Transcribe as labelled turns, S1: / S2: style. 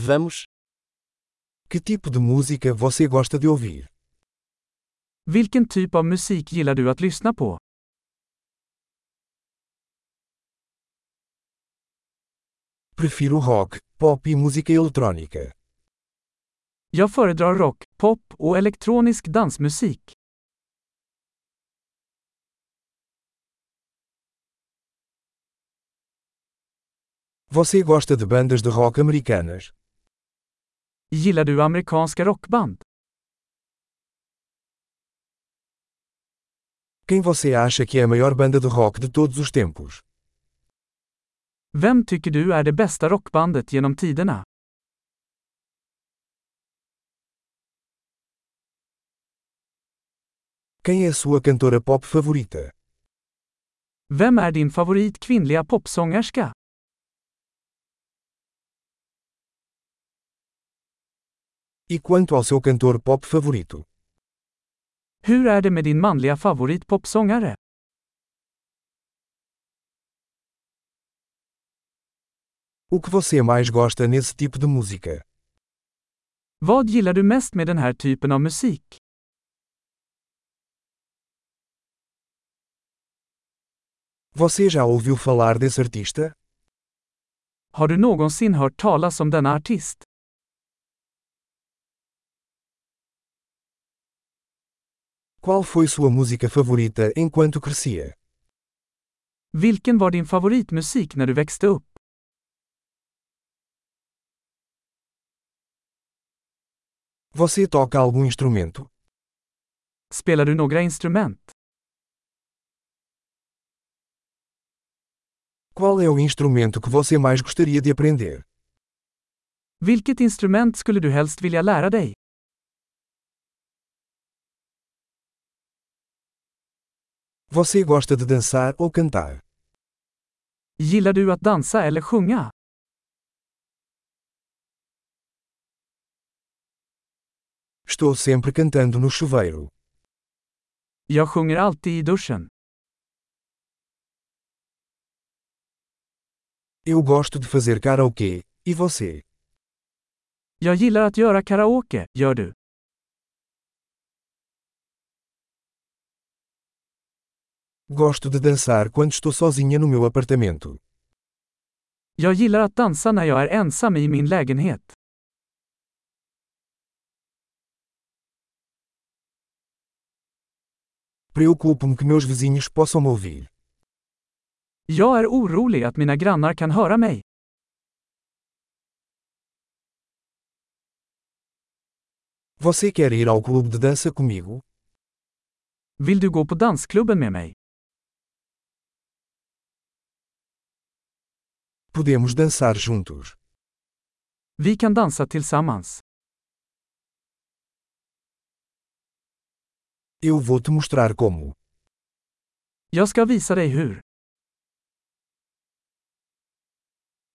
S1: Vamos.
S2: Que tipo de música você gosta de ouvir?
S3: Vilken typ av musik gillar du att lyssna på?
S2: Prefiro rock, pop e música eletrônica.
S3: Jag föredrar rock, pop och elektronisk dansmusik.
S2: Você gosta de bandas de rock americanas?
S3: Gillar du amerikanska rockband?
S2: Quem você acha que é a maior banda de rock de todos os tempos?
S3: Vem tycker du är det bästa rockbandet genom tiderna?
S2: Quem é a sua cantora pop favorita?
S3: Vem är din favorit kvinnliga popsångerska?
S2: E quanto ao seu cantor pop favorito?
S3: Hur är det med din manliga favoritpopsångare?
S2: O que você mais gosta nesse tipo de música?
S3: Vad gillar du mest med den här typen av musik?
S2: Você já ouviu falar desse artista?
S3: Har du någonsin hört talas om denna artist?
S2: Qual foi sua música favorita enquanto crescia?
S3: Vilken var din favoritmusik när du växte upp?
S2: Você toca algum instrumento?
S3: Spelar du några instrument?
S2: Qual é o instrumento que você mais gostaria de aprender?
S3: Vilket instrument skulle du helst vilja lära dig?
S2: Você gosta de dançar ou cantar?
S3: Gillar du att dansa eller sjunga?
S2: Estou sempre cantando no chuveiro.
S3: Jag sjunger alltid i duschen.
S2: Eu gosto de fazer karaokê. E você?
S3: Jag gillar att göra karaoke, gör du?
S2: Gosto de dançar quando estou sozinha no meu apartamento.
S3: Jag gillar att dansa när jag är ensam i min lägenhet.
S2: Preocupo-me que meus vizinhos possam me ouvir.
S3: Jag är orolig att mina grannar kan höra mig.
S2: Você quer ir ao clube de dança comigo?
S3: Vill du gå på dansklubben med mig?
S2: Podemos dançar juntos.
S3: Vi kan dansa tillsammans.
S2: Eu vou te mostrar como.
S3: Jag ska visa dig hur.